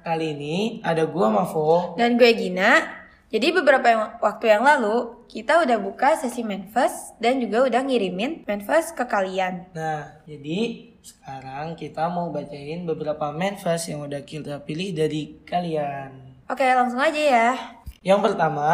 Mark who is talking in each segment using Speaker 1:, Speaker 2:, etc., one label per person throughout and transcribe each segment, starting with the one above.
Speaker 1: Kali ini ada gua sama Fo.
Speaker 2: Dan gue Gina. Jadi beberapa yang- waktu yang lalu kita udah buka sesi manifest dan juga udah ngirimin manifest ke kalian.
Speaker 1: Nah, jadi sekarang kita mau bacain beberapa manifest yang udah kita pilih dari kalian.
Speaker 2: Oke, langsung aja ya.
Speaker 1: Yang pertama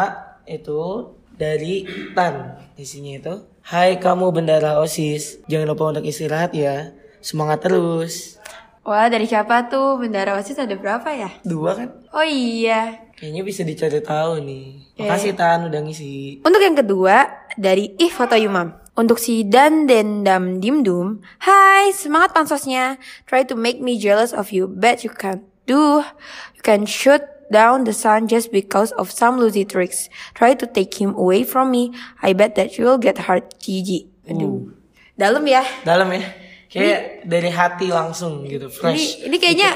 Speaker 1: itu dari Tan. Isinya itu, Hai kamu bendara OSIS, jangan lupa untuk istirahat ya. Semangat terus.
Speaker 2: Wah, dari siapa tuh? Bendara Osis ada berapa ya?
Speaker 1: Dua kan?
Speaker 2: Oh iya.
Speaker 1: Kayaknya bisa dicari tahu nih.
Speaker 2: Iya,
Speaker 1: Makasih Tan udah ngisi.
Speaker 2: Untuk yang kedua, dari Ih Foto Yumam. Untuk si Dan Dendam Dimdum, Hai, semangat pansosnya. Try to make me jealous of you, but you can't do. You can shoot down the sun just because of some lousy tricks. Try to take him away from me. I bet that you'll get hurt, GG. Aduh. Dalam ya.
Speaker 1: Dalam ya? Kayak dari hati langsung gitu, fresh.
Speaker 2: Ini, ini kayaknya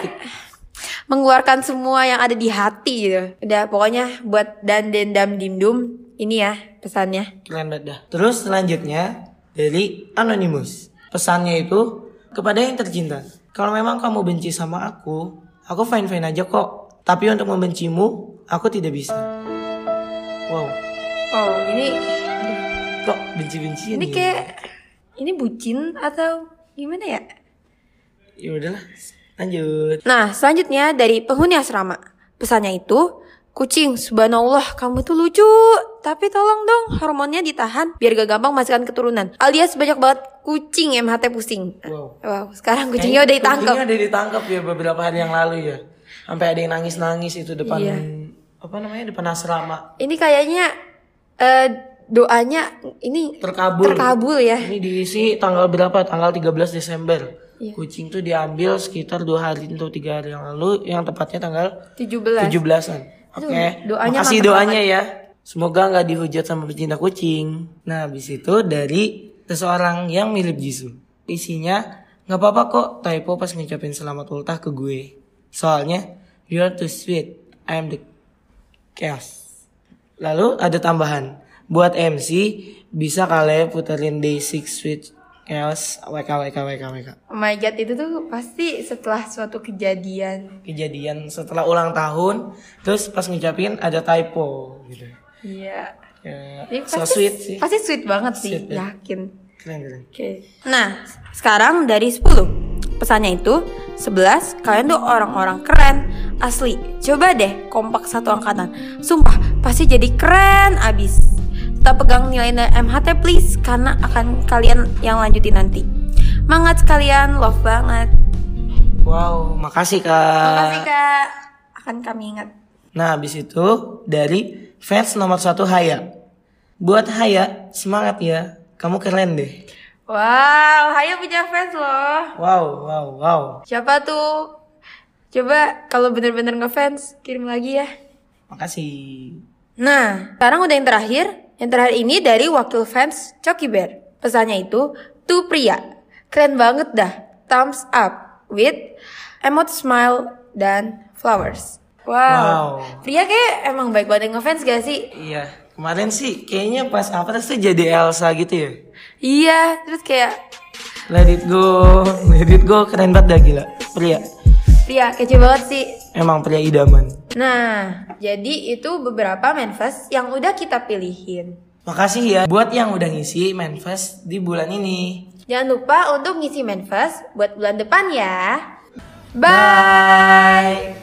Speaker 2: mengeluarkan semua yang ada di hati gitu. Udah pokoknya buat Dan Dendam Dimdum, ini ya pesannya.
Speaker 1: Keren banget dah. Terus selanjutnya dari Anonymous. Pesannya itu kepada yang tercinta. Kalau memang kamu benci sama aku, aku fine-fine aja kok. Tapi untuk membencimu, aku tidak bisa. Wow,
Speaker 2: Oh, ini
Speaker 1: kok benci-bencian
Speaker 2: ini
Speaker 1: ya?
Speaker 2: kayak ini bucin atau gimana ya?
Speaker 1: Ya udahlah, lanjut.
Speaker 2: Nah, selanjutnya dari penghuni asrama. Pesannya itu, kucing, subhanallah, kamu tuh lucu. Tapi tolong dong, hormonnya ditahan biar gak gampang masukkan keturunan. Alias banyak banget kucing MHT pusing.
Speaker 1: Wow.
Speaker 2: Wow, sekarang kucingnya udah ditangkap.
Speaker 1: Kucingnya udah ditangkap ya beberapa hari yang lalu ya. Sampai ada yang nangis-nangis itu depan
Speaker 2: Iya.
Speaker 1: apa namanya depan asrama
Speaker 2: Ini kayaknya eh, doanya ini
Speaker 1: terkabul.
Speaker 2: terkabul ya.
Speaker 1: Ini diisi tanggal berapa? Tanggal 13 Desember.
Speaker 2: Iya.
Speaker 1: Kucing tuh diambil sekitar dua hari atau tiga hari yang lalu, yang tepatnya tanggal
Speaker 2: 17.
Speaker 1: 17-an. Oke.
Speaker 2: Aduh, doanya
Speaker 1: Makasih
Speaker 2: mantep
Speaker 1: doanya ya. Semoga nggak dihujat sama pecinta kucing. Nah, habis itu dari seseorang yang mirip Jisoo. Isinya, nggak apa-apa kok typo pas ngucapin selamat ultah ke gue. Soalnya, you are too sweet. I am the chaos. Lalu ada tambahan. Buat MC, bisa kalian puterin D6 Switch Chaos WK WK WK WK.
Speaker 2: Oh my god, itu tuh pasti setelah suatu kejadian.
Speaker 1: Kejadian setelah ulang tahun, terus pas ngucapin ada typo gitu.
Speaker 2: Iya.
Speaker 1: Ya,
Speaker 2: Ini
Speaker 1: so sweet sih.
Speaker 2: Pasti sweet banget sih,
Speaker 1: Sweet, ya.
Speaker 2: yakin.
Speaker 1: Keren keren.
Speaker 2: Oke. Nah, sekarang dari 10. Pesannya itu 11, kalian tuh orang-orang keren asli. Coba deh kompak satu angkatan. Sumpah, pasti jadi keren abis. Tetap pegang nilai MHT please karena akan kalian yang lanjutin nanti. Mangat kalian, love banget.
Speaker 1: Wow, makasih kak.
Speaker 2: Makasih Kak. Akan kami ingat.
Speaker 1: Nah, habis itu dari fans nomor satu Haya. Buat Haya, semangat ya. Kamu keren deh.
Speaker 2: Wow, Hayo punya fans loh.
Speaker 1: Wow, wow, wow.
Speaker 2: Siapa tuh? Coba kalau bener-bener ngefans, kirim lagi ya.
Speaker 1: Makasih.
Speaker 2: Nah, sekarang udah yang terakhir. Yang terakhir ini dari wakil fans Coki Bear. Pesannya itu, tuh pria. Keren banget dah. Thumbs up with emote smile dan flowers. Wow.
Speaker 1: Wow.
Speaker 2: Pria kayak emang baik banget yang ngefans gak sih?
Speaker 1: Iya, kemarin sih kayaknya pas apa tuh jadi Elsa gitu ya.
Speaker 2: Iya, terus kayak
Speaker 1: Let it go, let it go. Keren banget dah gila. Pria.
Speaker 2: pria kece banget sih.
Speaker 1: Emang pria idaman.
Speaker 2: Nah, jadi itu beberapa manifest yang udah kita pilihin.
Speaker 1: Makasih ya buat yang udah ngisi manifest di bulan ini.
Speaker 2: Jangan lupa untuk ngisi manifest buat bulan depan ya. Bye.
Speaker 1: Bye.